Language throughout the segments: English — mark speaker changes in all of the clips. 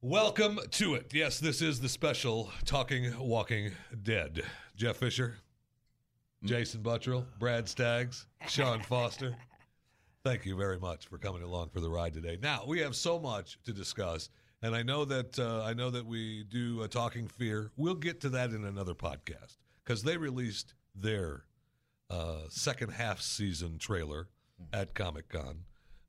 Speaker 1: Welcome to it. Yes, this is the special Talking Walking Dead. Jeff Fisher, Jason Buttrell, Brad Staggs, Sean Foster. Thank you very much for coming along for the ride today. Now we have so much to discuss, and I know that uh, I know that we do a talking fear. We'll get to that in another podcast because they released their uh, second half season trailer at Comic Con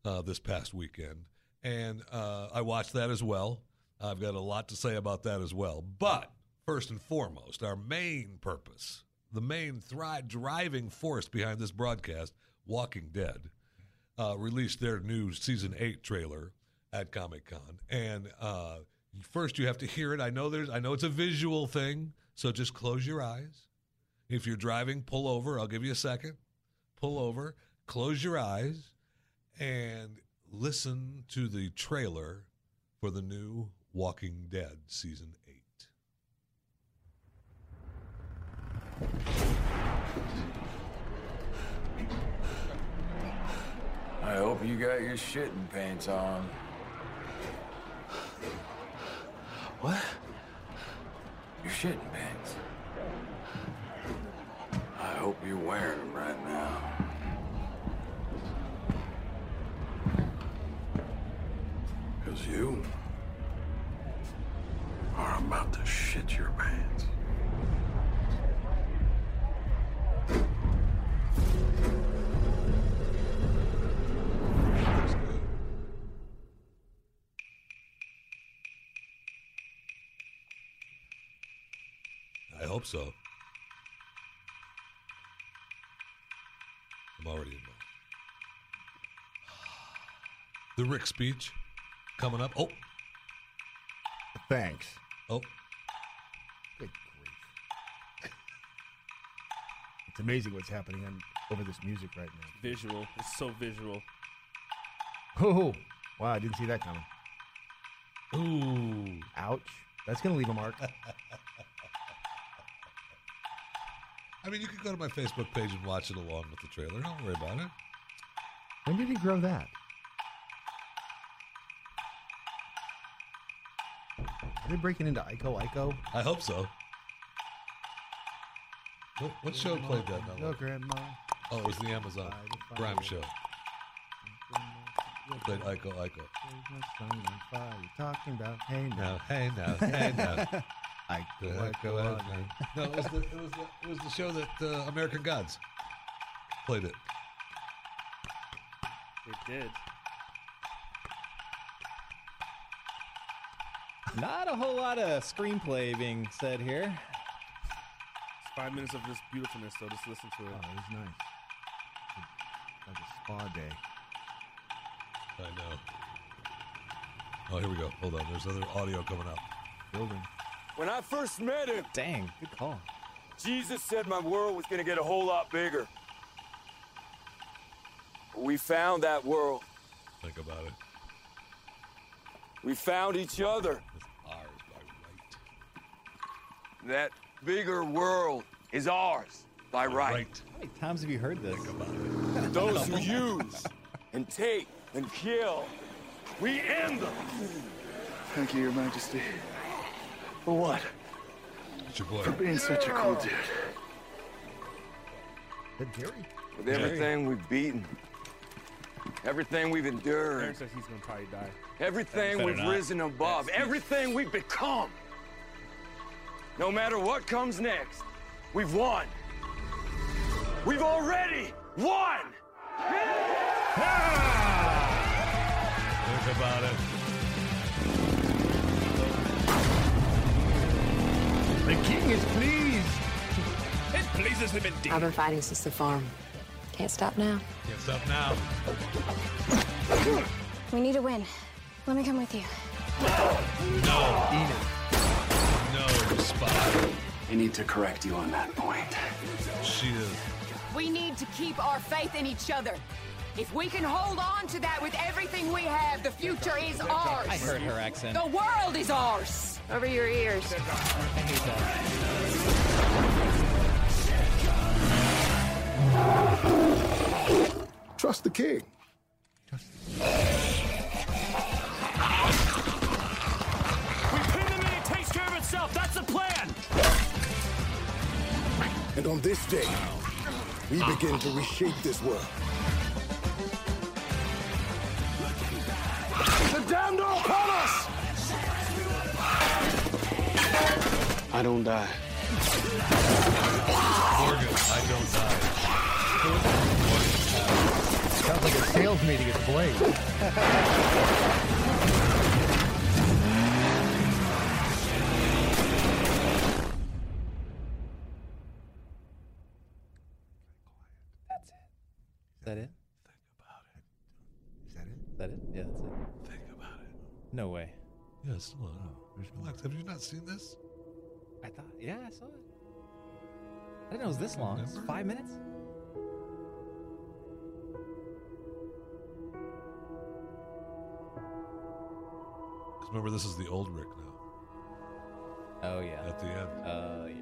Speaker 1: uh, this past weekend, and uh, I watched that as well. I've got a lot to say about that as well. But first and foremost, our main purpose, the main thri- driving force behind this broadcast, Walking Dead, uh, released their new season eight trailer at Comic Con, and uh, first you have to hear it. I know there's, I know it's a visual thing, so just close your eyes. If you're driving, pull over. I'll give you a second. Pull over, close your eyes, and listen to the trailer for the new Walking Dead season eight.
Speaker 2: I hope you got your shitting pants on.
Speaker 3: What?
Speaker 2: Your shitting pants. I hope you're wearing them right now. Because you are about to shit your pants.
Speaker 1: I hope so. I'm already in mode. The Rick speech coming up. Oh,
Speaker 3: Thanks.
Speaker 1: oh,
Speaker 3: Good grief. It's amazing what's happening on, over this music right now.
Speaker 4: visual. It's so visual.
Speaker 3: Oh, wow, I didn't see that coming.
Speaker 1: ooh.
Speaker 3: Ouch. That's going to leave a mark.
Speaker 1: I mean, you can go to my Facebook page and watch it along with the trailer. Don't worry about it.
Speaker 3: When did he grow that? Are they breaking into Ico Ico?
Speaker 1: I hope so. What, what show played that?
Speaker 3: Your
Speaker 1: Mellow?
Speaker 3: grandma.
Speaker 1: Oh, it was the Amazon Prime show.
Speaker 3: your
Speaker 1: Played
Speaker 3: grandma,
Speaker 1: Ico Ico.
Speaker 3: your son's on fire. You're Talking about hey
Speaker 1: No,
Speaker 3: now.
Speaker 1: hey, no, hey, no.
Speaker 3: Ico Ico.
Speaker 1: No, it was the it was the, it was the show that uh, American Gods played it.
Speaker 4: It did.
Speaker 5: Not a whole lot of screenplay being said here.
Speaker 4: It's five minutes of this beautifulness, so just listen to it.
Speaker 3: Oh, it was nice. Like a spa day.
Speaker 1: I know. Oh, here we go. Hold on. There's other audio coming up.
Speaker 3: Building.
Speaker 2: When I first met him,
Speaker 5: Dang, good call.
Speaker 2: Jesus said my world was going to get a whole lot bigger. We found that world.
Speaker 1: Think about it.
Speaker 2: We found each other.
Speaker 1: It's ours by right.
Speaker 2: That bigger world is ours by right.
Speaker 5: How many times have you heard this?
Speaker 2: Those who use and take and kill, we end them.
Speaker 6: Thank you, Your Majesty. For what?
Speaker 1: It's your boy.
Speaker 6: For being such a cool dude.
Speaker 3: The Jerry?
Speaker 2: With everything we've beaten, everything we've
Speaker 4: Aaron
Speaker 2: endured,
Speaker 4: says he's gonna probably die.
Speaker 2: everything we've risen above, everything we've become. No matter what comes next, we've won. We've already won!
Speaker 1: Think about it.
Speaker 3: The king is pleased.
Speaker 4: It pleases him indeed.
Speaker 7: I've been fighting since the farm. Can't stop now.
Speaker 1: Can't stop now.
Speaker 8: We need a win. Let me come with you.
Speaker 1: No spot.
Speaker 6: I need to correct you on that point.
Speaker 1: She is.
Speaker 9: We need to keep our faith in each other. If we can hold on to that with everything we have, the future is
Speaker 5: I
Speaker 9: ours.
Speaker 5: heard her accent.
Speaker 9: The world is ours.
Speaker 7: Over your ears.
Speaker 5: I hate that.
Speaker 6: Trust the king.
Speaker 10: And on this day, we begin to reshape this world.
Speaker 2: The damned are upon us!
Speaker 6: I don't die.
Speaker 1: Morgan, I don't die.
Speaker 3: Sounds like a sales meeting at Blade.
Speaker 5: Is that it?
Speaker 3: Is that it?
Speaker 5: Is that it? Yeah, that's it.
Speaker 1: Think about it.
Speaker 5: No way.
Speaker 1: Yeah, it's still on. Relax. Have you not seen this?
Speaker 5: I thought. Yeah, I saw it. I didn't know it was this long. It's five minutes.
Speaker 1: Because remember, this is the old Rick now.
Speaker 5: Oh yeah.
Speaker 1: At the end.
Speaker 5: Uh yeah.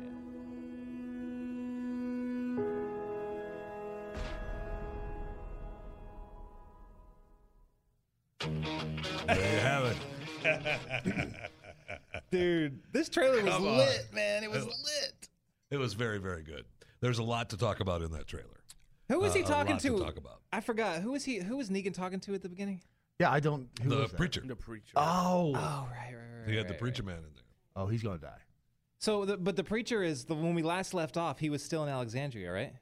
Speaker 1: There you have it.
Speaker 5: Dude, this trailer was
Speaker 1: Come on.
Speaker 5: lit, man. It was
Speaker 1: Uh,
Speaker 5: lit.
Speaker 1: It was very, very good. There's a lot to talk about in that trailer.
Speaker 5: Who was
Speaker 1: Uh,
Speaker 5: he
Speaker 1: a
Speaker 5: talking
Speaker 1: lot
Speaker 5: to?
Speaker 1: talk about
Speaker 5: I forgot. Who was he? Who was Negan talking to at the beginning?
Speaker 3: Yeah, I don't. Who
Speaker 1: the
Speaker 3: was that?
Speaker 1: preacher.
Speaker 4: The preacher.
Speaker 3: Oh.
Speaker 5: Oh, right, right, right.
Speaker 1: He had
Speaker 5: right,
Speaker 1: the
Speaker 5: right.
Speaker 1: preacher man in there.
Speaker 3: Oh, he's gonna die.
Speaker 5: So, the, but the preacher is the when we last left off, he was still in Alexandria, right?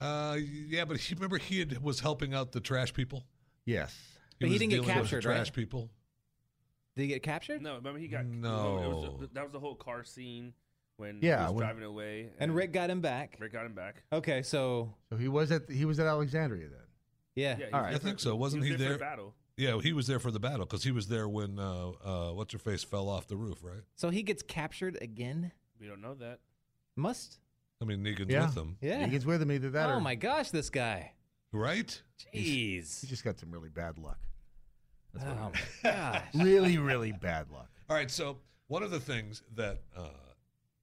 Speaker 1: Uh, yeah, but he, remember he had, was helping out the trash people.
Speaker 3: Yes.
Speaker 5: But he
Speaker 1: was
Speaker 5: didn't get
Speaker 1: dealing with the
Speaker 5: captured, right?
Speaker 1: trash people.
Speaker 5: Did he get
Speaker 2: Oh.
Speaker 5: captured?
Speaker 4: No, remember he got
Speaker 1: No.
Speaker 4: It was the- that was the whole car scene when
Speaker 3: Yeah,
Speaker 4: he was
Speaker 3: when-
Speaker 4: driving away,
Speaker 5: And Rick got him back.
Speaker 4: Rick got him back.
Speaker 5: Okay, so
Speaker 3: So he was at he was at Alexandria then.
Speaker 4: Yeah,
Speaker 5: yeah,
Speaker 4: he
Speaker 3: All
Speaker 4: was
Speaker 3: right.
Speaker 4: there
Speaker 3: I
Speaker 4: for-
Speaker 1: think so. Wasn't
Speaker 4: was
Speaker 1: he
Speaker 4: for the
Speaker 1: there?
Speaker 4: Battle.
Speaker 1: Yeah, he was there for the battle because he was there when uh, uh, what's her face fell off the roof, right?
Speaker 5: so he gets captured again.
Speaker 4: We don't know that.
Speaker 5: Must
Speaker 1: I mean, Negan's
Speaker 3: Yeah.
Speaker 1: with them,
Speaker 5: yeah.
Speaker 3: He gets with him either that
Speaker 5: oh
Speaker 3: or
Speaker 5: my gosh, this guy.
Speaker 1: right?
Speaker 5: Jeez.
Speaker 3: he just got some really bad luck.
Speaker 5: oh my gosh.
Speaker 3: Really, really bad luck.
Speaker 1: All right. So one of the things that uh,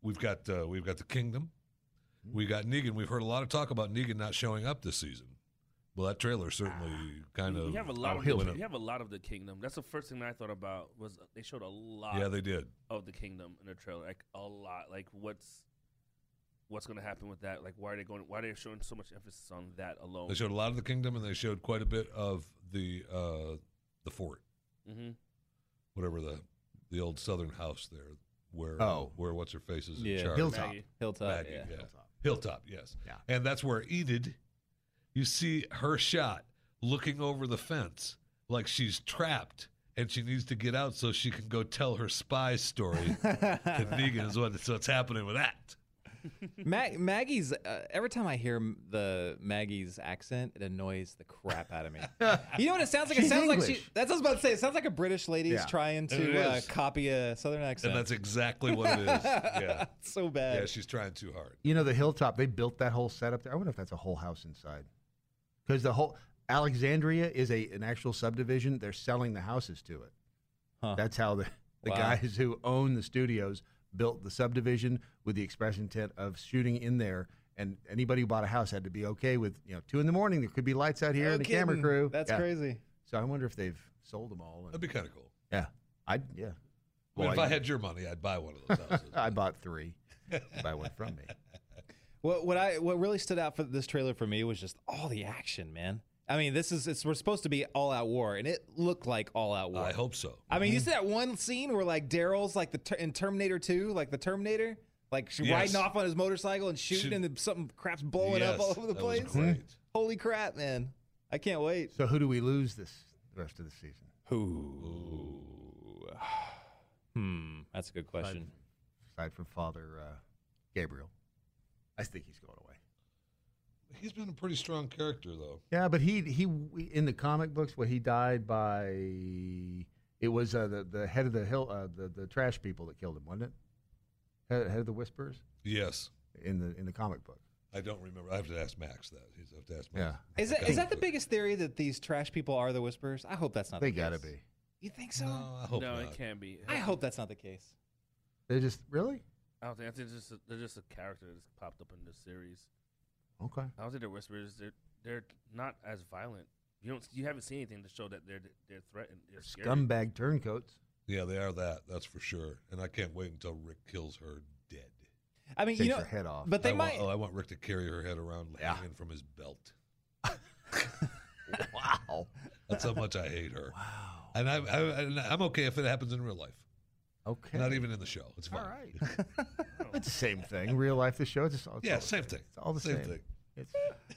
Speaker 1: we've got uh, we've got the kingdom,
Speaker 4: Hmm.
Speaker 1: we got Negan. We've heard a lot of talk about Negan not showing up this season. Well, that trailer certainly kind of
Speaker 4: Ah, we have a lot.
Speaker 1: Oh,
Speaker 4: Of
Speaker 1: he'll
Speaker 4: the,
Speaker 1: be-
Speaker 4: we have a lot of the kingdom. That's the first thing I thought about was they showed a lot.
Speaker 1: yeah, they did.
Speaker 4: of the kingdom in the trailer, like a lot. Like what's what's going to happen with that? Like why are they going? Why are they showing so much emphasis on that alone?
Speaker 1: They showed a lot of the kingdom, and they showed quite a bit of the uh, the fort,
Speaker 4: hmm
Speaker 1: whatever the the old southern house there, where
Speaker 3: Oh.
Speaker 1: where what's her face is
Speaker 5: Yeah.
Speaker 1: in charge.
Speaker 3: Hilltop.
Speaker 4: Maggie.
Speaker 5: Hilltop.
Speaker 1: Maggie,
Speaker 5: Yeah.
Speaker 1: yeah.
Speaker 3: Hilltop.
Speaker 1: Hilltop, yes.
Speaker 3: Yeah.
Speaker 1: And that's where Enid, you see her shot looking over the fence like she's trapped and she needs to get out so she can go tell her spy story to Negan is what, so it's happening with that.
Speaker 5: Mag- Maggie's. Uh, every time I hear m- the Maggie's accent, it annoys the crap out of me. you know what it sounds like? it
Speaker 3: She's
Speaker 5: sounds like she.
Speaker 3: English.
Speaker 5: That's what I was about to say. It sounds like a British lady's
Speaker 3: Yeah.
Speaker 5: trying
Speaker 1: It
Speaker 5: to uh,
Speaker 1: is.
Speaker 5: copy a Southern accent.
Speaker 1: And that's exactly what it is. Yeah.
Speaker 5: It's so bad.
Speaker 1: Yeah, she's trying too hard.
Speaker 3: You know the hilltop. They built that whole setup there. I wonder if that's a whole house inside, because the whole Alexandria is a an actual subdivision. They're selling the houses to it.
Speaker 5: Huh.
Speaker 3: That's how the the
Speaker 5: Wow.
Speaker 3: guys who own the studios built the subdivision with the express intent of shooting in there. And anybody who bought a house had to be okay with you know two in the morning. There could be lights out here
Speaker 5: No
Speaker 3: and a camera
Speaker 5: kidding.
Speaker 3: crew.
Speaker 5: That's
Speaker 3: Yeah.
Speaker 5: crazy.
Speaker 3: So I wonder if they've sold them all.
Speaker 1: That'd
Speaker 3: And,
Speaker 1: be kind of cool.
Speaker 3: yeah, I
Speaker 1: I
Speaker 3: yeah.
Speaker 1: mean,
Speaker 3: Well,
Speaker 1: if I had your money, I'd buy one of those houses.
Speaker 3: I bought three. buy one from me.
Speaker 5: What what I what really stood out for this trailer for me was just all the action, man. I mean, this is it's we're supposed to be all out war, and it looked like all out war.
Speaker 1: I hope so.
Speaker 5: I mean, you see that one scene where like Daryl's like the ter- in Terminator Two, like the Terminator, like sh-
Speaker 1: Yes.
Speaker 5: riding off on his motorcycle and shooting,
Speaker 1: Shoot.
Speaker 5: and the, something crap's blowing up
Speaker 1: Yes,
Speaker 5: all over the
Speaker 1: that was
Speaker 5: place. Hmm.
Speaker 1: great.
Speaker 5: Holy crap, man! I can't wait.
Speaker 3: So who do we lose this the rest of the season?
Speaker 5: Who? Hmm, that's a good question.
Speaker 3: Aside from Father uh, Gabriel, I think he's going away.
Speaker 1: He's been a pretty strong character, though.
Speaker 3: Yeah, but he he in the comic books where he died by it was uh, the the head of the hill uh, the the trash people that killed him, wasn't it? Head, head of the Whisperers
Speaker 1: Yes.
Speaker 3: in the in the comic book.
Speaker 1: I don't remember. I have to ask Max that. He's I have to ask Max.
Speaker 3: Yeah,
Speaker 5: Is that is that the
Speaker 1: But-
Speaker 5: biggest theory that these trash people are the Whisperers? I hope that's not.
Speaker 3: they
Speaker 5: the
Speaker 3: gotta
Speaker 5: case.
Speaker 3: be.
Speaker 5: You think so?
Speaker 1: No, I hope
Speaker 4: no,
Speaker 1: not.
Speaker 4: it can't be.
Speaker 5: I hope that's not the case.
Speaker 3: They just really
Speaker 4: I don't think. I think it's just a, they're just a character that's popped up in this series.
Speaker 3: okay.
Speaker 4: I don't think they're whisperers. They're they're not as violent. You don't. You haven't seen anything to show that they're they're threatened. They're scary.
Speaker 3: Scumbag turncoats.
Speaker 1: Yeah, they are that. That's for sure. And I can't wait until Rick kills her dead.
Speaker 5: I mean,
Speaker 3: Takes
Speaker 5: you know,
Speaker 3: her head off.
Speaker 5: but they
Speaker 1: I
Speaker 5: might.
Speaker 1: Want, oh, I want Rick to carry her head around, hanging from his belt.
Speaker 3: Wow.
Speaker 1: That's how much I hate her. Wow. And I'm, I, and I'm okay if it happens in real life.
Speaker 3: Okay.
Speaker 1: Not even in the show. It's fine.
Speaker 3: All right. it's the same thing. Real life, the show. It's just all, it's
Speaker 1: Yeah,
Speaker 3: all the
Speaker 1: same thing.
Speaker 3: It's all the same.
Speaker 1: Same thing.
Speaker 3: It's,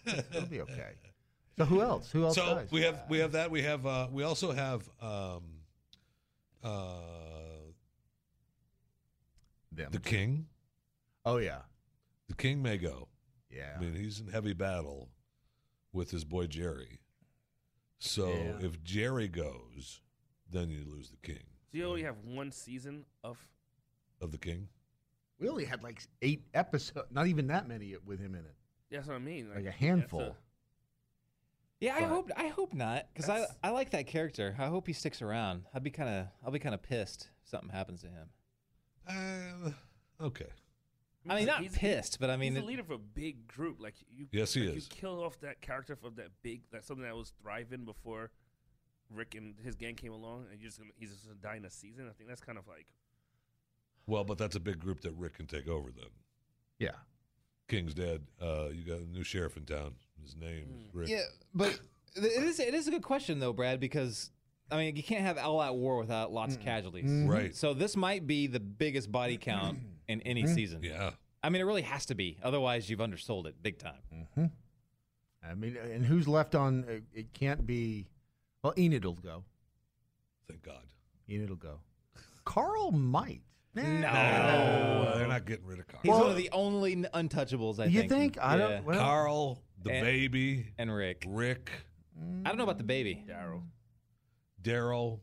Speaker 3: it's- it'll be okay. So who else? Who else?
Speaker 1: so
Speaker 3: dies?
Speaker 1: we have we have that. We have uh, we also have um, uh,
Speaker 3: them.
Speaker 1: the king.
Speaker 3: oh yeah,
Speaker 1: The king may go.
Speaker 3: yeah.
Speaker 1: I mean, he's in heavy battle with his boy Jerry. So
Speaker 3: Yeah.
Speaker 1: if Jerry goes, then you lose the king
Speaker 4: So you only have one season of.
Speaker 1: of the king.
Speaker 3: we only had like eight episodes. Not even that many with him in it.
Speaker 4: That's what I mean.
Speaker 3: Like a
Speaker 4: that's
Speaker 3: handful.
Speaker 5: yeah, I
Speaker 3: but-
Speaker 5: hope. I hope not, because I
Speaker 4: That's-
Speaker 5: I like that character. I hope he sticks around. I'd be kind of. I'll be kind of pissed if something happens to him.
Speaker 1: Uh, okay.
Speaker 5: I mean,
Speaker 4: he's a-
Speaker 5: not
Speaker 4: he's-
Speaker 5: pissed, but I mean,
Speaker 4: he's
Speaker 5: it-
Speaker 4: the leader of a big group. Like you,
Speaker 1: Yes, he
Speaker 4: like
Speaker 1: is.
Speaker 4: You kill off that character from that big, that something that was thriving before Rick and his gang came along, and you're just gonna, he's just gonna die in a season. I think that's kind of like
Speaker 1: Well, but that's a big group that Rick can take over then.
Speaker 3: Yeah.
Speaker 1: King's dead. Uh, you got a new sheriff in town. His name is Rick.
Speaker 5: Hmm. Yeah, but it is it is a good question though, Brad, because I mean you can't have all out war without lots of casualties.
Speaker 1: Right.
Speaker 5: So this might be the biggest body count in any season.
Speaker 1: Yeah.
Speaker 5: I mean it really has to be, otherwise you've undersold it big time.
Speaker 3: I mean, and who's left on? It, it can't be. Well, Enid'll go.
Speaker 1: Thank God.
Speaker 3: Enid'll go. Carl might. No.
Speaker 1: No, they're not getting rid of Carl.
Speaker 5: Oh, He's one of the only n- untouchables. I
Speaker 3: you
Speaker 5: think.
Speaker 3: think? I
Speaker 5: Yeah.
Speaker 3: don't. Well,
Speaker 1: Carl, the
Speaker 5: And-
Speaker 1: baby,
Speaker 5: And Rick.
Speaker 1: Rick,
Speaker 5: I don't know about the baby.
Speaker 4: Daryl.
Speaker 1: Daryl,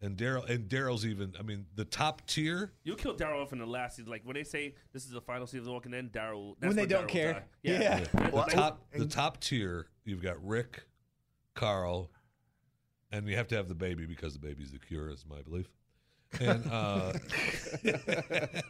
Speaker 1: and Daryl, and Daryl's even. I mean, the top tier.
Speaker 4: You kill Daryl off in the last season. Like when they say this is the final season of The Walking Dead, Daryl. that's
Speaker 5: When they
Speaker 4: when
Speaker 5: don't
Speaker 4: Daryl
Speaker 5: care.
Speaker 4: died.
Speaker 5: Yeah.
Speaker 1: The
Speaker 3: Well,
Speaker 1: top,
Speaker 3: and-
Speaker 1: the top tier. You've got Rick, Carl, and you have to have the baby because the baby's the cure, is my belief. And uh,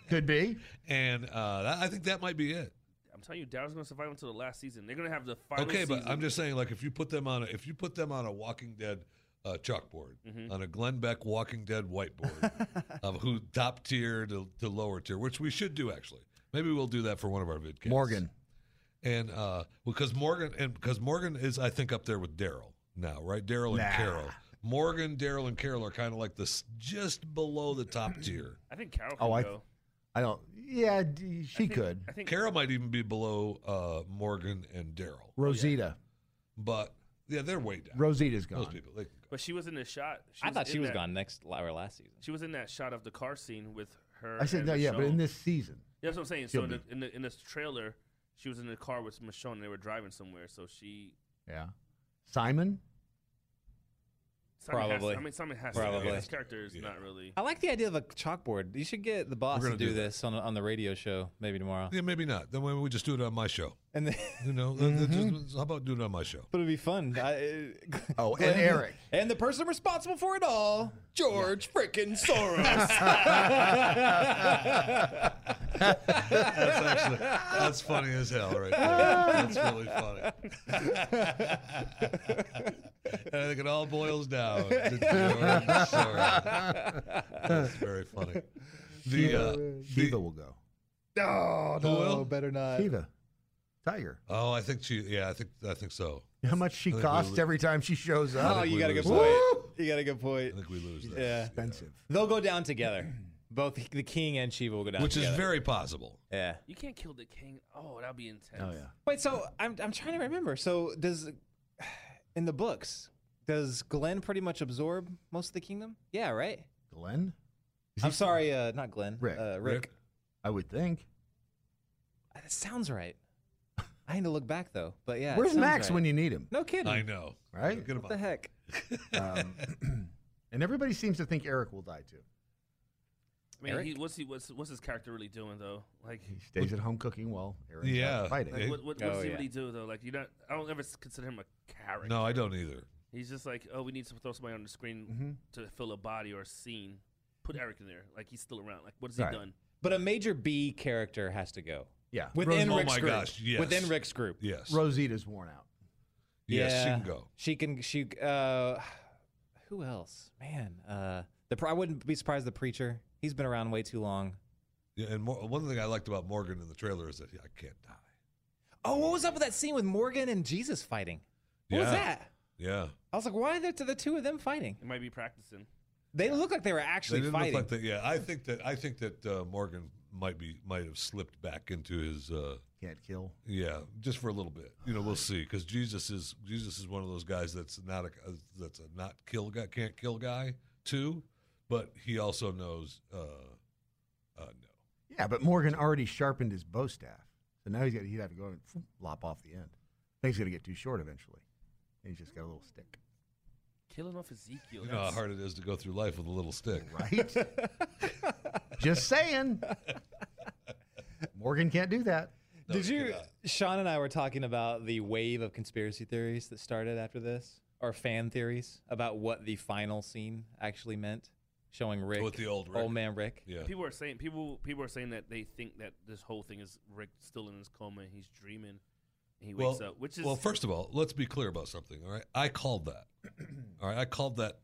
Speaker 3: could be.
Speaker 1: and uh, that, I think that might be it.
Speaker 4: I'm telling you, Daryl's gonna survive until the last season. They're gonna have the final.
Speaker 1: Okay, but
Speaker 4: season.
Speaker 1: I'm just saying, like, if you put them on a, if you put them on a Walking Dead uh, chalkboard,
Speaker 4: Mm-hmm.
Speaker 1: on a Glenn Beck Walking Dead whiteboard, of who top tier to, to lower tier, which we should do actually. Maybe we'll do that for one of our vidcasts.
Speaker 3: Morgan.
Speaker 1: and uh, because Morgan and because Morgan is, I think, up there with Daryl now, right? Daryl and
Speaker 3: Nah.
Speaker 1: Carol. Morgan, Daryl, and Carol are kind of like this, just below the top tier.
Speaker 4: I think Carol. Can
Speaker 3: Oh, I-
Speaker 4: go.
Speaker 3: I don't. Yeah, d- she
Speaker 4: think-
Speaker 3: could.
Speaker 4: I think
Speaker 1: Carol might even be below uh, Morgan and Daryl,
Speaker 3: Rosita.
Speaker 1: but yeah, they're way down.
Speaker 3: Rosita's
Speaker 1: Those
Speaker 3: gone.
Speaker 1: people, they can go.
Speaker 4: But she was in the shot.
Speaker 5: I thought she
Speaker 4: in
Speaker 5: was
Speaker 4: that-
Speaker 5: gone next or last season.
Speaker 4: She was in that shot of the car scene with her.
Speaker 3: I said
Speaker 4: and
Speaker 3: no. Yeah, but in
Speaker 4: Michonne.
Speaker 3: this season,
Speaker 4: That's what I'm saying.
Speaker 3: She'll
Speaker 4: So in the,
Speaker 3: be.
Speaker 4: in the in this trailer, she was in the car with Michonne. And they were driving somewhere. So she
Speaker 3: yeah. Simon.
Speaker 4: Simon has to-
Speaker 5: Probably.
Speaker 4: I mean, Simon has to.
Speaker 5: Probably.
Speaker 4: go. This character is not really.
Speaker 5: I like the idea of a chalkboard. You should get the boss to
Speaker 1: gonna
Speaker 5: do,
Speaker 1: do that.
Speaker 5: this on on the radio show maybe tomorrow.
Speaker 1: Yeah, maybe not. Then we just do it on my show.
Speaker 5: And then,
Speaker 1: You know,
Speaker 3: Mm-hmm.
Speaker 1: Just- how about doing it on my show?
Speaker 5: but it'd be fun. I,
Speaker 3: Oh, and Eric.
Speaker 5: And the person responsible for it all, George frickin' Soros.
Speaker 1: That's actually that's funny as hell, right there. That's really funny. and I think it all boils down to George Soros. That's very funny. The uh,
Speaker 3: Shiva will go.
Speaker 5: no,
Speaker 1: no,
Speaker 5: Oh, better not.
Speaker 3: Shiva. Tiger.
Speaker 1: oh, I think she. Yeah, I think I think so.
Speaker 3: How much she
Speaker 1: I think we
Speaker 3: costs
Speaker 1: would-
Speaker 3: every time she shows
Speaker 5: Oh,
Speaker 3: up?
Speaker 5: you got a good
Speaker 1: Woo!
Speaker 5: point. You got a good point.
Speaker 1: I think we lose that.
Speaker 5: Yeah.
Speaker 3: Expensive.
Speaker 5: They'll go down together. Both the king and Shiva will go down
Speaker 1: Which is
Speaker 5: together.
Speaker 1: very possible.
Speaker 5: Yeah.
Speaker 4: You can't kill the king. Oh, that'd be intense.
Speaker 3: Oh yeah.
Speaker 5: Wait, so I'm, I'm trying to remember. So, does. In the books, does Glenn pretty much absorb most of the kingdom? Yeah, right?
Speaker 3: Glenn. Is he
Speaker 5: I'm sorry, uh, not Glenn.
Speaker 3: Rick.
Speaker 5: Uh, Rick. Uh,
Speaker 3: I would think.
Speaker 5: That sounds right. I need to look back, though. But yeah. it
Speaker 3: Where's
Speaker 5: sounds
Speaker 3: Max
Speaker 5: right.
Speaker 3: when you need him?
Speaker 5: No kidding.
Speaker 1: I know.
Speaker 3: Right?
Speaker 1: Get him
Speaker 5: What the
Speaker 1: on.
Speaker 5: heck?
Speaker 3: Um, and everybody seems to think Eric will die too.
Speaker 4: I mean,
Speaker 5: Eric?
Speaker 4: he, what's he? What's what's his character really doing though? Like,
Speaker 3: He stays at home cooking while Eric's out
Speaker 1: Yeah.
Speaker 3: fighting.
Speaker 1: Like,
Speaker 4: like what, what, what
Speaker 5: Oh,
Speaker 4: does he
Speaker 5: yeah.
Speaker 4: really do though? Like, you not. I don't ever s- consider him a character.
Speaker 1: No, I don't either.
Speaker 4: He's just like, oh, we need to throw somebody on the screen
Speaker 3: Mm-hmm.
Speaker 4: to fill a body or a scene. Put Eric in there. Like he's still around. Like what has he
Speaker 3: Right.
Speaker 4: done?
Speaker 5: But a major B character has to go.
Speaker 3: yeah.
Speaker 5: Within
Speaker 1: Oh
Speaker 5: Rick's
Speaker 1: my
Speaker 5: group.
Speaker 1: gosh, yes.
Speaker 5: Within Rick's group.
Speaker 1: Yes.
Speaker 3: Rosita's worn out.
Speaker 1: yes, she
Speaker 5: Yeah.
Speaker 1: can go.
Speaker 5: She can. She. Uh, who else? Man. Uh, the. pre- I wouldn't be surprised. The preacher. He's been around way too long.
Speaker 1: Yeah, and Mor- one thing I liked about Morgan in the trailer is that yeah, I can't die.
Speaker 5: Oh, what was up with that scene with Morgan and Jesus fighting? What was
Speaker 1: Yeah.
Speaker 5: that?
Speaker 1: Yeah,
Speaker 5: I was like, why are there the two of them fighting?
Speaker 4: It might be practicing.
Speaker 5: They look like they were
Speaker 1: they
Speaker 5: actually
Speaker 1: didn't
Speaker 5: fighting.
Speaker 1: look like that. Yeah, I think that I think that uh, Morgan might be might have slipped back into his. Uh,
Speaker 3: Can't kill.
Speaker 1: yeah, just for a little bit. You know, we'll see. Because Jesus is Jesus is one of those guys that's not a that's a not kill guy, can't kill guy too. But he also knows uh, uh, no.
Speaker 3: Yeah, but Morgan already sharpened his bow staff, so now he's got he'd have to go and phoom, lop off the end. I think he's gonna get too short eventually. And he's just got a little stick,
Speaker 4: Killing off Ezekiel.
Speaker 1: You know how
Speaker 4: that's-
Speaker 1: hard it is to go through life with a little stick.
Speaker 3: right? just saying. Morgan can't do that.
Speaker 1: No,
Speaker 5: Did
Speaker 1: he
Speaker 5: you?
Speaker 1: cannot.
Speaker 5: Sean and I were talking about the wave of conspiracy theories that started after this, or fan theories about what the final scene actually meant, showing Rick
Speaker 1: With the old Rick.
Speaker 5: old man Rick.
Speaker 1: Yeah.
Speaker 4: People are saying people people are saying that they think that this whole thing is Rick still in his coma and he's dreaming and he wakes up, which is
Speaker 1: well. First of all, let's be clear about something. All right, I called that. All right, I called that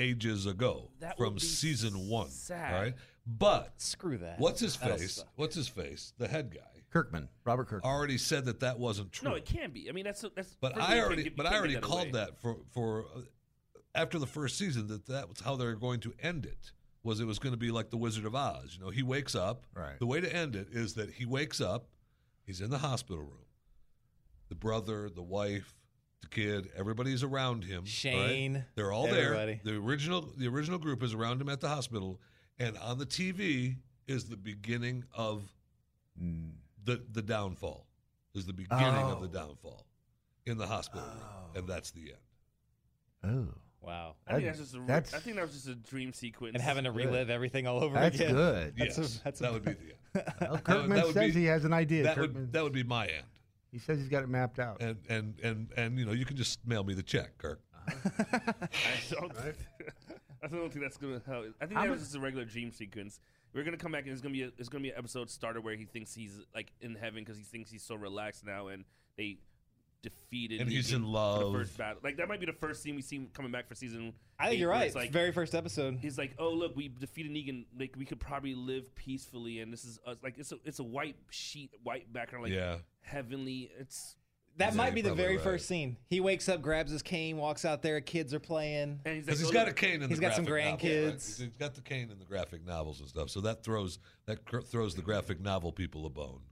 Speaker 1: ages ago
Speaker 4: That would
Speaker 1: from
Speaker 4: be
Speaker 1: season one.
Speaker 4: sad.
Speaker 1: All right, but
Speaker 5: Screw that.
Speaker 1: what's his
Speaker 5: That'll
Speaker 1: face?
Speaker 5: suck.
Speaker 1: What's his face? The head guy
Speaker 3: Kirkman, Robert Kirkman.
Speaker 1: already said that that wasn't true.
Speaker 4: no, it can be. I mean, that's that's.
Speaker 1: But
Speaker 4: for me,
Speaker 1: I
Speaker 4: you can't
Speaker 1: already,
Speaker 4: give- you
Speaker 1: but
Speaker 4: can't
Speaker 1: I
Speaker 4: give
Speaker 1: already
Speaker 4: that
Speaker 1: called
Speaker 4: away.
Speaker 1: that for for uh, after the first season that that was how they're going to end it. Was it was going to be like the Wizard of Oz? You know, he wakes up.
Speaker 3: Right.
Speaker 1: The way to end it is that he wakes up. He's in the hospital room. The brother, the wife, the kid, everybody's around him. all right?
Speaker 5: Shane,
Speaker 1: They're all
Speaker 5: everybody.
Speaker 1: there. The original, the original group is around him at the hospital, and on the TV is the beginning of the the downfall. Is the beginning of the
Speaker 3: Oh.
Speaker 1: downfall in the hospital room, and that's the end.
Speaker 3: Oh,
Speaker 5: Wow.
Speaker 4: I think
Speaker 3: That-
Speaker 4: that's just a,
Speaker 3: that's-
Speaker 4: I think that was just a dream sequence.
Speaker 5: And having to relive everything all over
Speaker 3: that's
Speaker 5: again.
Speaker 3: good.
Speaker 5: That's a-
Speaker 1: yes,
Speaker 5: that's a-
Speaker 1: that would be the end.
Speaker 3: Well,
Speaker 1: That would-
Speaker 3: Kirkman
Speaker 1: that would
Speaker 3: says
Speaker 1: be-
Speaker 3: he has an idea.
Speaker 1: That
Speaker 3: Kirkman,
Speaker 1: would that would be my end.
Speaker 3: he says he's got it mapped out.
Speaker 1: And and and and you know you can just mail me the check, Kirk.
Speaker 4: I don't, I don't think that's gonna. How, I think that was just a regular dream sequence. We're gonna come back and it's gonna be a, it's gonna be an episode starter where he thinks he's like in heaven because he thinks he's so relaxed now and they defeated
Speaker 1: And he's in
Speaker 4: Negan
Speaker 1: love.
Speaker 4: for the first battle. Like that might be the first scene we see him coming back for season.
Speaker 5: I think
Speaker 4: eight,
Speaker 5: you're
Speaker 4: where
Speaker 5: right.
Speaker 4: It's like
Speaker 5: Very first episode.
Speaker 4: he's like, oh look, we defeated Negan. Like we could probably live peacefully and this is us. Like it's a it's a white sheet, white background, like
Speaker 1: Yeah.
Speaker 4: heavenly. It's
Speaker 5: That
Speaker 1: Yeah,
Speaker 5: might
Speaker 1: you're
Speaker 5: be the
Speaker 1: probably
Speaker 5: very
Speaker 1: right.
Speaker 5: first scene. He wakes up, grabs his cane, walks out there. Kids are playing.
Speaker 4: and he's like,
Speaker 1: Because he's
Speaker 4: oh,
Speaker 1: got a
Speaker 4: look,
Speaker 1: cane in
Speaker 5: He's
Speaker 1: the
Speaker 5: got some
Speaker 1: graphic novel, right?
Speaker 5: grandkids.
Speaker 1: He's got the cane in the graphic novels and stuff. So that throws that cr- throws the graphic novel people a bone.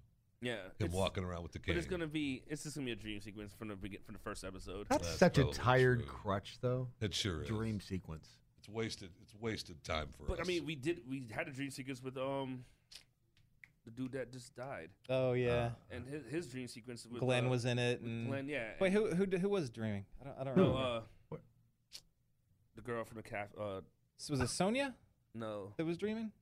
Speaker 4: yeah,
Speaker 1: Him
Speaker 4: it's-
Speaker 1: walking around with the cane.
Speaker 4: But it's gonna be it's just gonna be a dream sequence from the begin from the first episode.
Speaker 3: that's,
Speaker 1: that's
Speaker 3: such a
Speaker 1: probably
Speaker 3: tired
Speaker 1: true.
Speaker 3: crutch, though.
Speaker 1: it sure is.
Speaker 3: Dream sequence.
Speaker 1: It's wasted. It's wasted time for
Speaker 4: But
Speaker 1: us.
Speaker 4: I mean, we did we had a dream sequence with um the dude that just died,
Speaker 5: Oh
Speaker 1: Uh,
Speaker 5: yeah.
Speaker 4: and his, his dream sequence with
Speaker 5: Glenn
Speaker 4: uh,
Speaker 5: was in it.
Speaker 4: with
Speaker 5: And
Speaker 4: Glenn, yeah.
Speaker 5: Wait, who who who was dreaming? I don't, I don't
Speaker 4: No,
Speaker 5: remember.
Speaker 4: uh,
Speaker 3: What?
Speaker 4: the girl from the caf. Uh,
Speaker 5: So was it Sonia
Speaker 4: no,
Speaker 5: that was dreaming?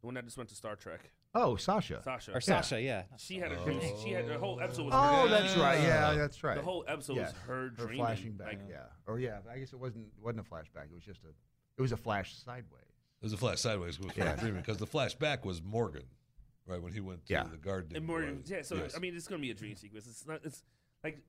Speaker 4: the one that just went to Star Trek.
Speaker 3: Oh, Sasha.
Speaker 4: Sasha.
Speaker 5: Or Sasha? Yeah.
Speaker 4: She had a dream. She had the whole episode was.
Speaker 3: Oh,
Speaker 4: her
Speaker 1: Yeah.
Speaker 3: that's right. Yeah,
Speaker 1: Yeah.
Speaker 3: that's right.
Speaker 4: The whole episode
Speaker 3: Yeah.
Speaker 4: was her
Speaker 3: Her
Speaker 4: dreaming.
Speaker 3: flashing back.
Speaker 4: like,
Speaker 3: yeah. Or yeah, I guess it wasn't wasn't a flashback. It was just a it was a flash sideways.
Speaker 1: There's a flash sideways with
Speaker 3: Yeah.
Speaker 1: because the flashback was Morgan, right when he went to
Speaker 3: Yeah.
Speaker 1: the garden.
Speaker 4: And more,
Speaker 1: Right.
Speaker 4: yeah. So
Speaker 1: Yes.
Speaker 4: I mean, it's gonna be a
Speaker 3: Mm-hmm.
Speaker 4: dream sequence. It's not. It's like,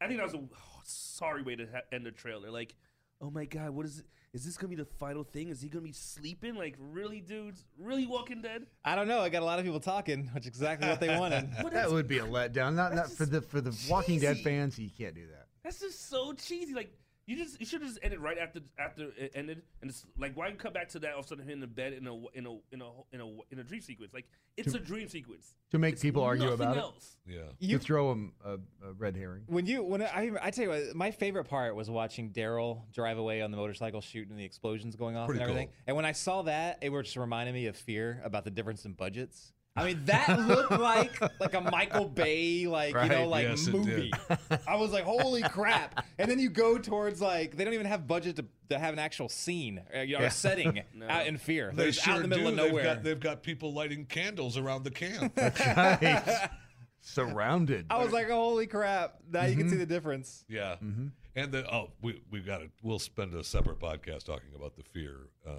Speaker 4: I think that was a sorry way to ha- end the trailer. Like, oh my god, what is it? Is this gonna be the final thing? Is he gonna be sleeping? Like, really, dudes? Really, Walking Dead?
Speaker 5: I don't know. I got a lot of people talking, which is exactly what they wanted.
Speaker 3: that would be a letdown. Not not
Speaker 4: that's
Speaker 3: for the for the Walking Dead
Speaker 4: cheesy.
Speaker 3: fans. You can't do that.
Speaker 4: That's just so cheesy. Like, you just you should have just ended right after after it ended, and it's like, why come back to that? All of a sudden, him in the bed in a in a in a in a in a dream sequence. Like, it's a dream sequence.
Speaker 3: To make
Speaker 4: It's
Speaker 3: people argue
Speaker 4: nothing
Speaker 3: about
Speaker 4: else.
Speaker 1: yeah.
Speaker 3: it.
Speaker 5: You-
Speaker 3: to throw them a, a red herring.
Speaker 5: When you when I I tell you what, my favorite part was watching Daryl drive away on the motorcycle shooting and the explosions going off
Speaker 1: Pretty
Speaker 5: and everything.
Speaker 1: cool.
Speaker 5: And when I saw that, it was just reminding me of fear about the difference in budgets. I mean, that looked like like a Michael Bay like you know
Speaker 3: Right.
Speaker 5: like
Speaker 1: Yes, it
Speaker 5: movie. I was like, holy crap! And then you go towards like they don't even have budget to, to have an actual scene or, or setting out in fear.
Speaker 1: They
Speaker 5: They're just
Speaker 1: sure
Speaker 5: out in the middle
Speaker 1: do.
Speaker 5: of
Speaker 1: They've
Speaker 5: nowhere.
Speaker 1: got, they've got people lighting candles around the camp.
Speaker 3: Right. Surrounded.
Speaker 5: I was like, holy crap! Now you
Speaker 1: Mm-hmm.
Speaker 5: can see the difference.
Speaker 1: yeah.
Speaker 3: Mm-hmm.
Speaker 1: And the oh, we we've got it. We'll spend a separate podcast talking about the fear uh,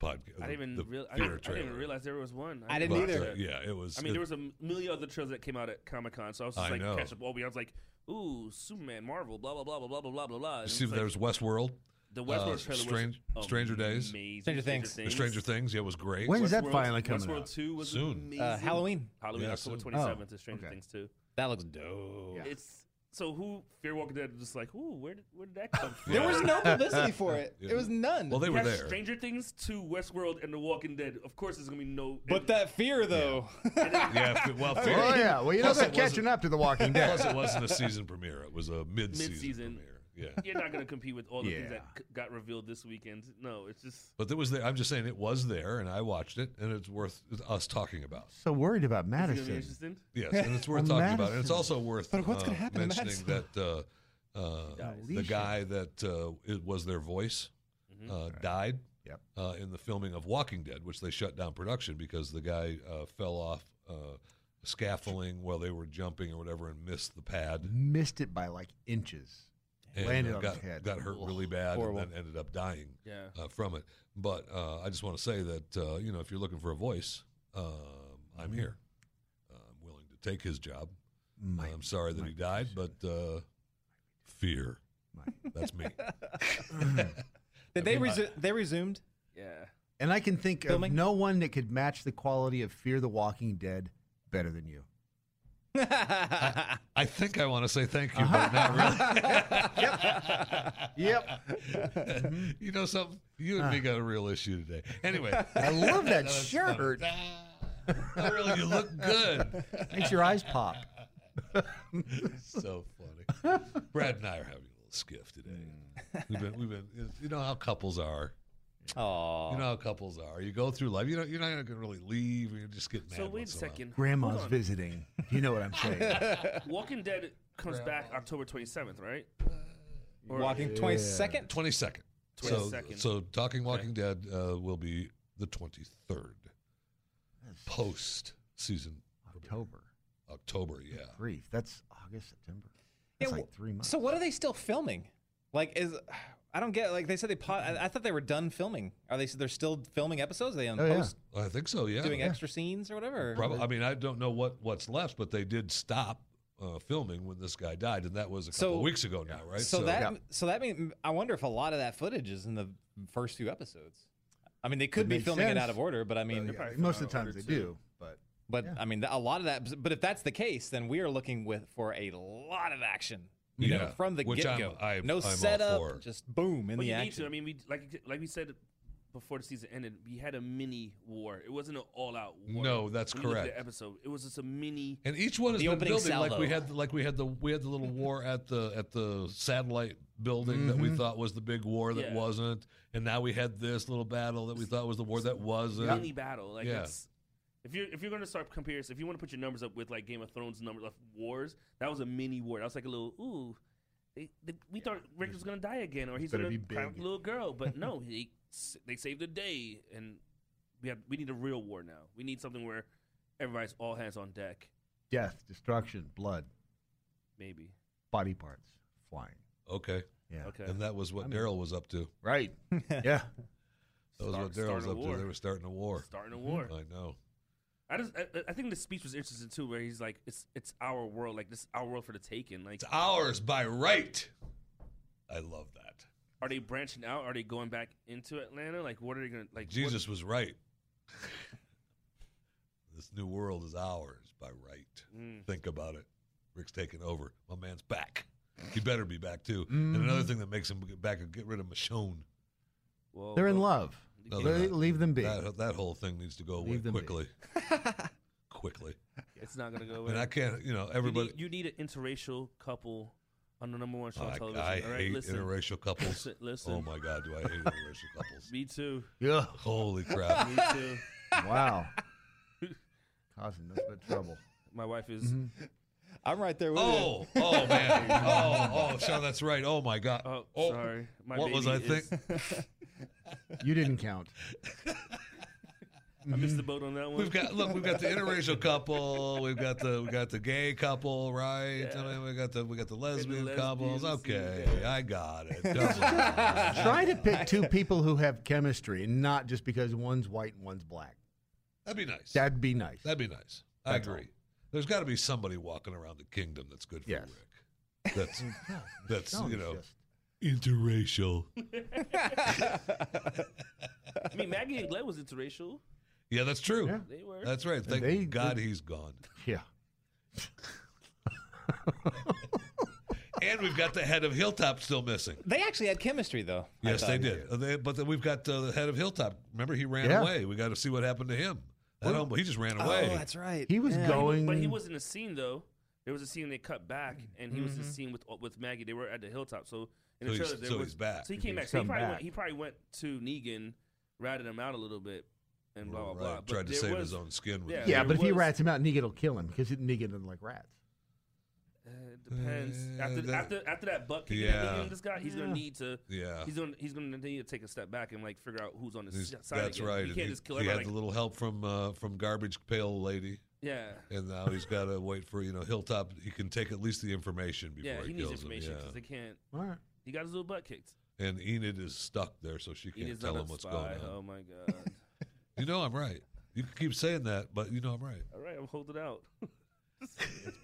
Speaker 1: podcast.
Speaker 4: I didn't
Speaker 1: the
Speaker 4: even real,
Speaker 1: fear
Speaker 4: I, didn't, I didn't
Speaker 1: trailer.
Speaker 4: even realize there was one.
Speaker 5: I didn't
Speaker 1: But,
Speaker 5: either.
Speaker 1: uh, yeah, it was.
Speaker 4: I mean,
Speaker 1: it-
Speaker 4: there was a m- million other trailers that came out at Comic Con, so I was just
Speaker 1: I
Speaker 4: like,
Speaker 1: know.
Speaker 4: catch up all week. I was like, ooh, Superman, Marvel, blah blah blah blah blah blah blah blah. blah. And
Speaker 1: see,
Speaker 4: it's like,
Speaker 1: there's Westworld.
Speaker 4: The Westworld
Speaker 1: uh,
Speaker 4: trailer was
Speaker 1: Strange- Stranger Days,
Speaker 4: amazing. Stranger Things.
Speaker 1: The Stranger Things. Yeah, was great.
Speaker 3: When's that
Speaker 4: Westworld-
Speaker 3: finally coming
Speaker 4: Westworld
Speaker 3: out? Oh,
Speaker 4: Two was
Speaker 1: Soon.
Speaker 5: Uh,
Speaker 4: amazing.
Speaker 5: Halloween.
Speaker 4: Halloween,
Speaker 1: Yeah, soon.
Speaker 4: October twenty seventh, is Stranger
Speaker 3: okay.
Speaker 4: Things Two.
Speaker 5: That looks dope.
Speaker 3: Yeah.
Speaker 4: It's so who Fear Walking Dead was just like, ooh, where did where did that come from?
Speaker 5: There was no publicity for it.
Speaker 1: Yeah.
Speaker 5: There was none.
Speaker 1: Well, they were
Speaker 4: Yes,
Speaker 1: there.
Speaker 4: Stranger Things to Westworld and The Walking Dead. Of course, there's gonna be no.
Speaker 5: but that fear though.
Speaker 1: Yeah, f- well,
Speaker 3: Oh
Speaker 1: fair.
Speaker 3: yeah, well you know
Speaker 1: Plus
Speaker 3: they're
Speaker 1: it wasn't-
Speaker 3: catching up to The Walking Dead.
Speaker 1: Plus, it wasn't a season premiere. It was a mid-season,
Speaker 4: Mid-season.
Speaker 1: premiere. Yeah.
Speaker 4: you're not gonna compete with all the things that
Speaker 3: Yeah.
Speaker 4: c- got revealed this weekend. No, it's just
Speaker 1: But there was there. I'm just saying it was there, and I watched it, and it's worth us talking about.
Speaker 3: so worried about
Speaker 4: it's gonna be
Speaker 3: Madison.
Speaker 4: interesting.
Speaker 1: Yes, and it's worth
Speaker 3: Well,
Speaker 1: talking about. And it's
Speaker 3: Madison-
Speaker 1: also worth
Speaker 5: But what's
Speaker 1: uh,
Speaker 5: gonna happen to
Speaker 1: mentioning
Speaker 5: Madison?
Speaker 1: that uh, uh, the
Speaker 3: Alicia.
Speaker 1: guy that uh, it was their voice uh, died
Speaker 3: Yep.
Speaker 1: uh, in the filming of Walking Dead, which they shut down production because the guy uh, fell off uh, scaffolding while they were jumping or whatever and missed the pad.
Speaker 3: Missed it by like inches.
Speaker 1: and
Speaker 3: Landed on
Speaker 1: got,
Speaker 3: his head.
Speaker 1: got hurt really bad
Speaker 5: Horrible.
Speaker 1: and then ended up dying
Speaker 4: Yeah.
Speaker 1: uh, from it. But uh, I just want to say that, uh, you know, if you're looking for a voice, um, I'm here. Uh, I'm willing to take his job. I'm sorry that he died, but uh, fear. That's me.
Speaker 5: Did they resu- they resumed?
Speaker 4: Yeah.
Speaker 3: And I can think
Speaker 5: Filming?
Speaker 3: of no one that could match the quality of Fear the Walking Dead better than you.
Speaker 1: I think I want to say thank you, but
Speaker 3: Uh-huh.
Speaker 1: not really.
Speaker 3: Yep.
Speaker 1: you know something? You and me got a real issue today. Anyway,
Speaker 3: Uh. I love that
Speaker 1: that's
Speaker 3: shirt.
Speaker 1: funny. Ah, really, you look good.
Speaker 3: Makes your eyes pop.
Speaker 1: so funny. Brad and I are having a little skiff today.
Speaker 3: Mm.
Speaker 1: We've been, we've been, you know how couples are.
Speaker 5: Oh,
Speaker 1: You know how couples are. You go through life. You know, you're not going to really leave. You just get mad.
Speaker 4: So wait a
Speaker 1: once in while.
Speaker 4: second.
Speaker 3: Grandma's
Speaker 4: Hold on.
Speaker 3: visiting. You know what I'm saying.
Speaker 4: Walking Dead comes back October 27th, right? Or-
Speaker 5: walking twenty second.
Speaker 1: Twenty second. So,
Speaker 4: 22nd.
Speaker 1: so talking Walking Dead uh, will be the twenty third, post season
Speaker 3: October.
Speaker 1: October. Yeah.
Speaker 3: Grief. That's August, September. That's like three months.
Speaker 5: So what are they still filming? Like is I don't get like they said they pa I, I thought they were done filming. Are they they're still filming episodes? Are they on
Speaker 3: Oh, yeah.
Speaker 5: post
Speaker 1: I think so. Yeah.
Speaker 5: doing extra scenes or whatever?
Speaker 1: Probably, I mean, I don't know what what's left, but they did stop uh, filming when this guy died, and that was a couple
Speaker 5: So-
Speaker 1: of weeks ago now, right?
Speaker 5: So, that
Speaker 3: Yeah.
Speaker 5: so that mean I wonder if a lot of that footage is in the first few episodes. I mean, they could
Speaker 3: Would
Speaker 5: be
Speaker 3: make
Speaker 5: filming it
Speaker 3: sense.
Speaker 5: out of order,
Speaker 1: Oh,
Speaker 5: but I mean,
Speaker 3: Oh, Yeah, most of the times they do, but
Speaker 5: but I mean, a lot of that. But if that's the case, then we are looking with for a lot of action. You know,
Speaker 1: Yeah.
Speaker 5: from the
Speaker 1: Which
Speaker 5: get
Speaker 1: I'm-
Speaker 5: go.
Speaker 1: I- I'm
Speaker 5: No
Speaker 1: all for.
Speaker 5: setup, just boom
Speaker 4: But
Speaker 5: in the
Speaker 4: you need
Speaker 5: action.
Speaker 4: to. I mean, we like like we said before the season ended, we had a mini war. It wasn't an all out war.
Speaker 1: No, that's
Speaker 4: When you look at
Speaker 1: correct.
Speaker 4: The episode. It was just a mini.
Speaker 1: And each one has
Speaker 5: The
Speaker 1: been
Speaker 5: opening
Speaker 1: building like we
Speaker 5: salvo.
Speaker 1: had like we had the we had the little war at the at the satellite building that we thought was the big war that
Speaker 4: Yeah.
Speaker 1: wasn't, and now we had this little battle that we thought was the war that wasn't.
Speaker 4: mini battle. Like
Speaker 1: Yeah.
Speaker 4: it's if you're if you're gonna start compares, if you want to put your numbers up with like Game of Thrones numbers of wars, that was a mini war. That was like a little ooh. They, they, we thought Rick was gonna die again, or he's
Speaker 3: better
Speaker 4: gonna
Speaker 3: be
Speaker 4: cry with
Speaker 3: big.
Speaker 4: a little girl, but no, he s- they saved the day, and we have we need a real war now. We need something where everybody's all hands on deck.
Speaker 3: death, destruction, blood,
Speaker 4: Maybe
Speaker 3: body parts flying.
Speaker 1: Okay,
Speaker 3: Yeah.
Speaker 4: okay.
Speaker 1: and that was what Daryl was up to.
Speaker 3: Right. yeah.
Speaker 1: That was what
Speaker 4: Start-
Speaker 1: Daryl was
Speaker 4: starting a
Speaker 1: up to.
Speaker 4: war.
Speaker 1: They were starting a war.
Speaker 4: starting a war.
Speaker 1: I know.
Speaker 4: I just I, I think the speech was interesting too, where he's like, "It's it's our world, like this is our world for the taking. Like,
Speaker 1: It's ours by right. I love that.
Speaker 4: are they branching out? Are they going back into Atlanta? Like, what are they gonna like? what-
Speaker 1: Jesus was right. this new world is ours by right.
Speaker 4: Mm.
Speaker 1: Think about it. Rick's taking over. My man's back. He better be back too.
Speaker 3: Mm-hmm.
Speaker 1: And another thing that makes him get back get rid of Michonne.
Speaker 4: Whoa,
Speaker 3: They're in
Speaker 4: whoa.
Speaker 3: love.
Speaker 1: No,
Speaker 3: Le-
Speaker 1: they're not.
Speaker 3: leave them be.
Speaker 1: That, that whole thing needs to go away
Speaker 3: Leave them be.
Speaker 1: quickly. quickly.
Speaker 4: It's not gonna go away.
Speaker 1: And I can't, you know, everybody.
Speaker 4: you, need, you need an interracial couple on the number one show on
Speaker 1: I,
Speaker 4: television.
Speaker 1: I
Speaker 4: all right,
Speaker 1: hate
Speaker 4: listen,
Speaker 1: interracial couples.
Speaker 4: Listen- listen.
Speaker 1: Oh my God, do I hate interracial couples?
Speaker 4: Me too.
Speaker 3: Yeah.
Speaker 1: Holy crap.
Speaker 4: Me too.
Speaker 3: Wow. Causing nothing but trouble.
Speaker 4: My wife is.
Speaker 3: Mm-hmm.
Speaker 5: I'm right there with you.
Speaker 1: Oh, oh man. Oh, oh, Sean, that's right. Oh my God.
Speaker 4: Oh,
Speaker 1: Oh,
Speaker 4: sorry. My
Speaker 1: what was I
Speaker 4: baby is-
Speaker 1: think?
Speaker 3: You didn't count.
Speaker 4: I missed the boat on that one.
Speaker 1: We've got look, we've got the interracial couple, we've got the we got the gay couple, right? I mean, we got the we got the lesbian couples.
Speaker 4: lesbians,
Speaker 1: Okay,
Speaker 4: yeah.
Speaker 1: I got it. Come on.
Speaker 3: Try to pick two people who have chemistry and not just because one's white and one's black.
Speaker 1: That'd be nice.
Speaker 3: That'd be nice.
Speaker 1: That'd be nice. I
Speaker 3: That's
Speaker 1: agree. There's got to be somebody walking around the kingdom that's good for
Speaker 3: Yes.
Speaker 1: Rick. That's that's
Speaker 3: Sean
Speaker 1: you
Speaker 3: is
Speaker 1: know
Speaker 3: just-
Speaker 1: interracial.
Speaker 4: I mean, Maggie and Glenn was interracial.
Speaker 1: Yeah, that's true.
Speaker 4: Yeah. They were.
Speaker 1: That's right.
Speaker 4: And
Speaker 1: Thank
Speaker 4: they-
Speaker 1: God
Speaker 4: they-
Speaker 1: he's gone.
Speaker 3: Yeah.
Speaker 1: and we've got the head of Hilltop still missing.
Speaker 5: They actually had chemistry though. I
Speaker 1: Yes, they
Speaker 5: thought.
Speaker 1: did. Uh, they- but then we've got uh, the head of Hilltop. Remember, he ran
Speaker 5: Yeah.
Speaker 1: away. We got to see what happened to him. That homeboy, he just ran
Speaker 4: Oh,
Speaker 1: away.
Speaker 5: right.
Speaker 3: He was going.
Speaker 4: but he was in a scene though. There was a scene they cut back, and he was in a
Speaker 3: Mhm.
Speaker 4: scene with with Maggie. They were at the hilltop, so
Speaker 1: Mm-hmm. So
Speaker 4: in the
Speaker 1: he's-
Speaker 4: trailer there
Speaker 1: so
Speaker 4: was,
Speaker 1: he's back.
Speaker 4: So he came
Speaker 1: He's
Speaker 4: back. So he
Speaker 1: come
Speaker 4: probably,
Speaker 1: back.
Speaker 4: Went, he probably went to Negan, ratted him out a little bit, and blah blah
Speaker 1: Right.
Speaker 4: blah.
Speaker 1: Tried to
Speaker 4: there
Speaker 1: save
Speaker 4: was-
Speaker 1: his own skin with
Speaker 4: yeah,
Speaker 1: it.
Speaker 3: yeah,
Speaker 4: there
Speaker 3: but if you
Speaker 4: was-
Speaker 3: rats him out, Negan will kill him because Negan doesn't like rats.
Speaker 4: Uh, it depends.
Speaker 1: Uh,
Speaker 4: after,
Speaker 1: that-
Speaker 4: after after that buck kicking
Speaker 1: Yeah.
Speaker 4: yeah. this guy, he's
Speaker 1: Yeah.
Speaker 4: gonna need to.
Speaker 1: Yeah.
Speaker 4: He's gonna he's gonna need to take a step back and like figure out who's on his
Speaker 1: He's-
Speaker 4: si- side.
Speaker 1: that's
Speaker 4: again.
Speaker 1: right.
Speaker 4: You
Speaker 1: and
Speaker 4: can't
Speaker 1: he,
Speaker 4: just kill
Speaker 1: he
Speaker 4: everybody.
Speaker 1: had a little help from uh, from garbage pail lady.
Speaker 4: Yeah.
Speaker 1: And now he's got to wait for you know Hilltop. He can take at least the information before
Speaker 4: yeah, he,
Speaker 1: he,
Speaker 4: needs
Speaker 1: kills
Speaker 4: information
Speaker 1: him.
Speaker 4: because
Speaker 1: Yeah.
Speaker 4: they can't.
Speaker 3: All right.
Speaker 4: He got his little butt kicked.
Speaker 1: And Enid is stuck there, so she can't
Speaker 4: Enid's
Speaker 1: tell
Speaker 4: not
Speaker 1: him
Speaker 4: a
Speaker 1: what's
Speaker 4: spy.
Speaker 1: going on.
Speaker 4: Oh my god!
Speaker 1: You know I'm right. You can keep saying that, but you know I'm right.
Speaker 4: All right, I'm holding out.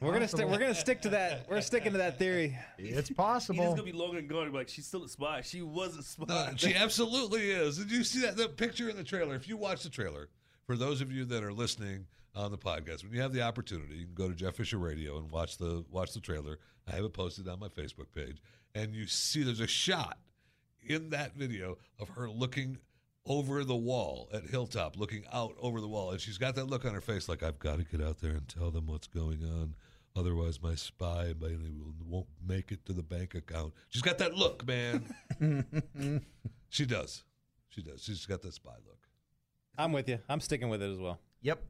Speaker 5: We're gonna stick.
Speaker 4: Possible.
Speaker 5: We're gonna stick to that. We're sticking to that theory.
Speaker 3: It's
Speaker 4: Enid's gonna be long and gone. Like she's still a spy. She was a spy.
Speaker 1: No, she absolutely is. Did you see that the picture in the trailer? If you watch the trailer, for those of you that are listening on the podcast, when you have the opportunity, you can go to Jeff Fisher Radio and watch the watch the trailer. I have it posted on my Facebook page, and you see there's a shot in that video of her looking over the wall at Hilltop, looking out over the wall, and she's got that look on her face like I've got to get out there and tell them what's going on. Otherwise, my spy money will- won't make it to the bank account. She's got that look, man. She does. She does. She's got that spy look.
Speaker 5: I'm with you. I'm sticking with it as well.
Speaker 3: Yep.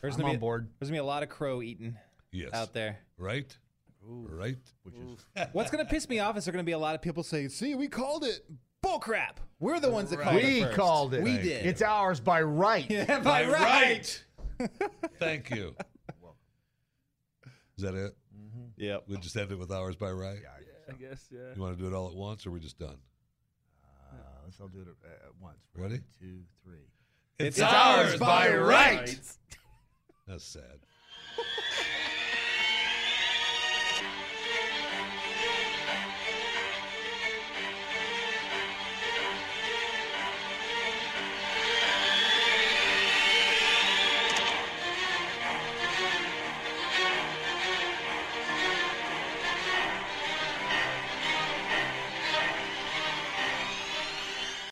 Speaker 5: There's
Speaker 3: I'm
Speaker 5: gonna
Speaker 3: on
Speaker 5: be, board. There's gonna be a lot of crow eating.
Speaker 1: Yes.
Speaker 5: Out there.
Speaker 1: Right? Right? Which is
Speaker 5: What's gonna piss me off is there gonna be a lot of people saying, "See, we called it bullcrap. We're the ones that called it."
Speaker 3: we
Speaker 5: first.
Speaker 3: called it.
Speaker 5: We did.
Speaker 3: It's ours by right.
Speaker 5: Yeah, by By right. right.
Speaker 1: Thank you. Is that it? Mm-hmm.
Speaker 5: Yeah.
Speaker 1: We just ended with ours by right.
Speaker 4: I guess yeah.
Speaker 1: You want to do it all at once, or we're just done?
Speaker 3: Uh, let's all do it at, at once.
Speaker 1: Ready?
Speaker 3: Two, three.
Speaker 1: It's It's ours ours by by right. right. That's sad.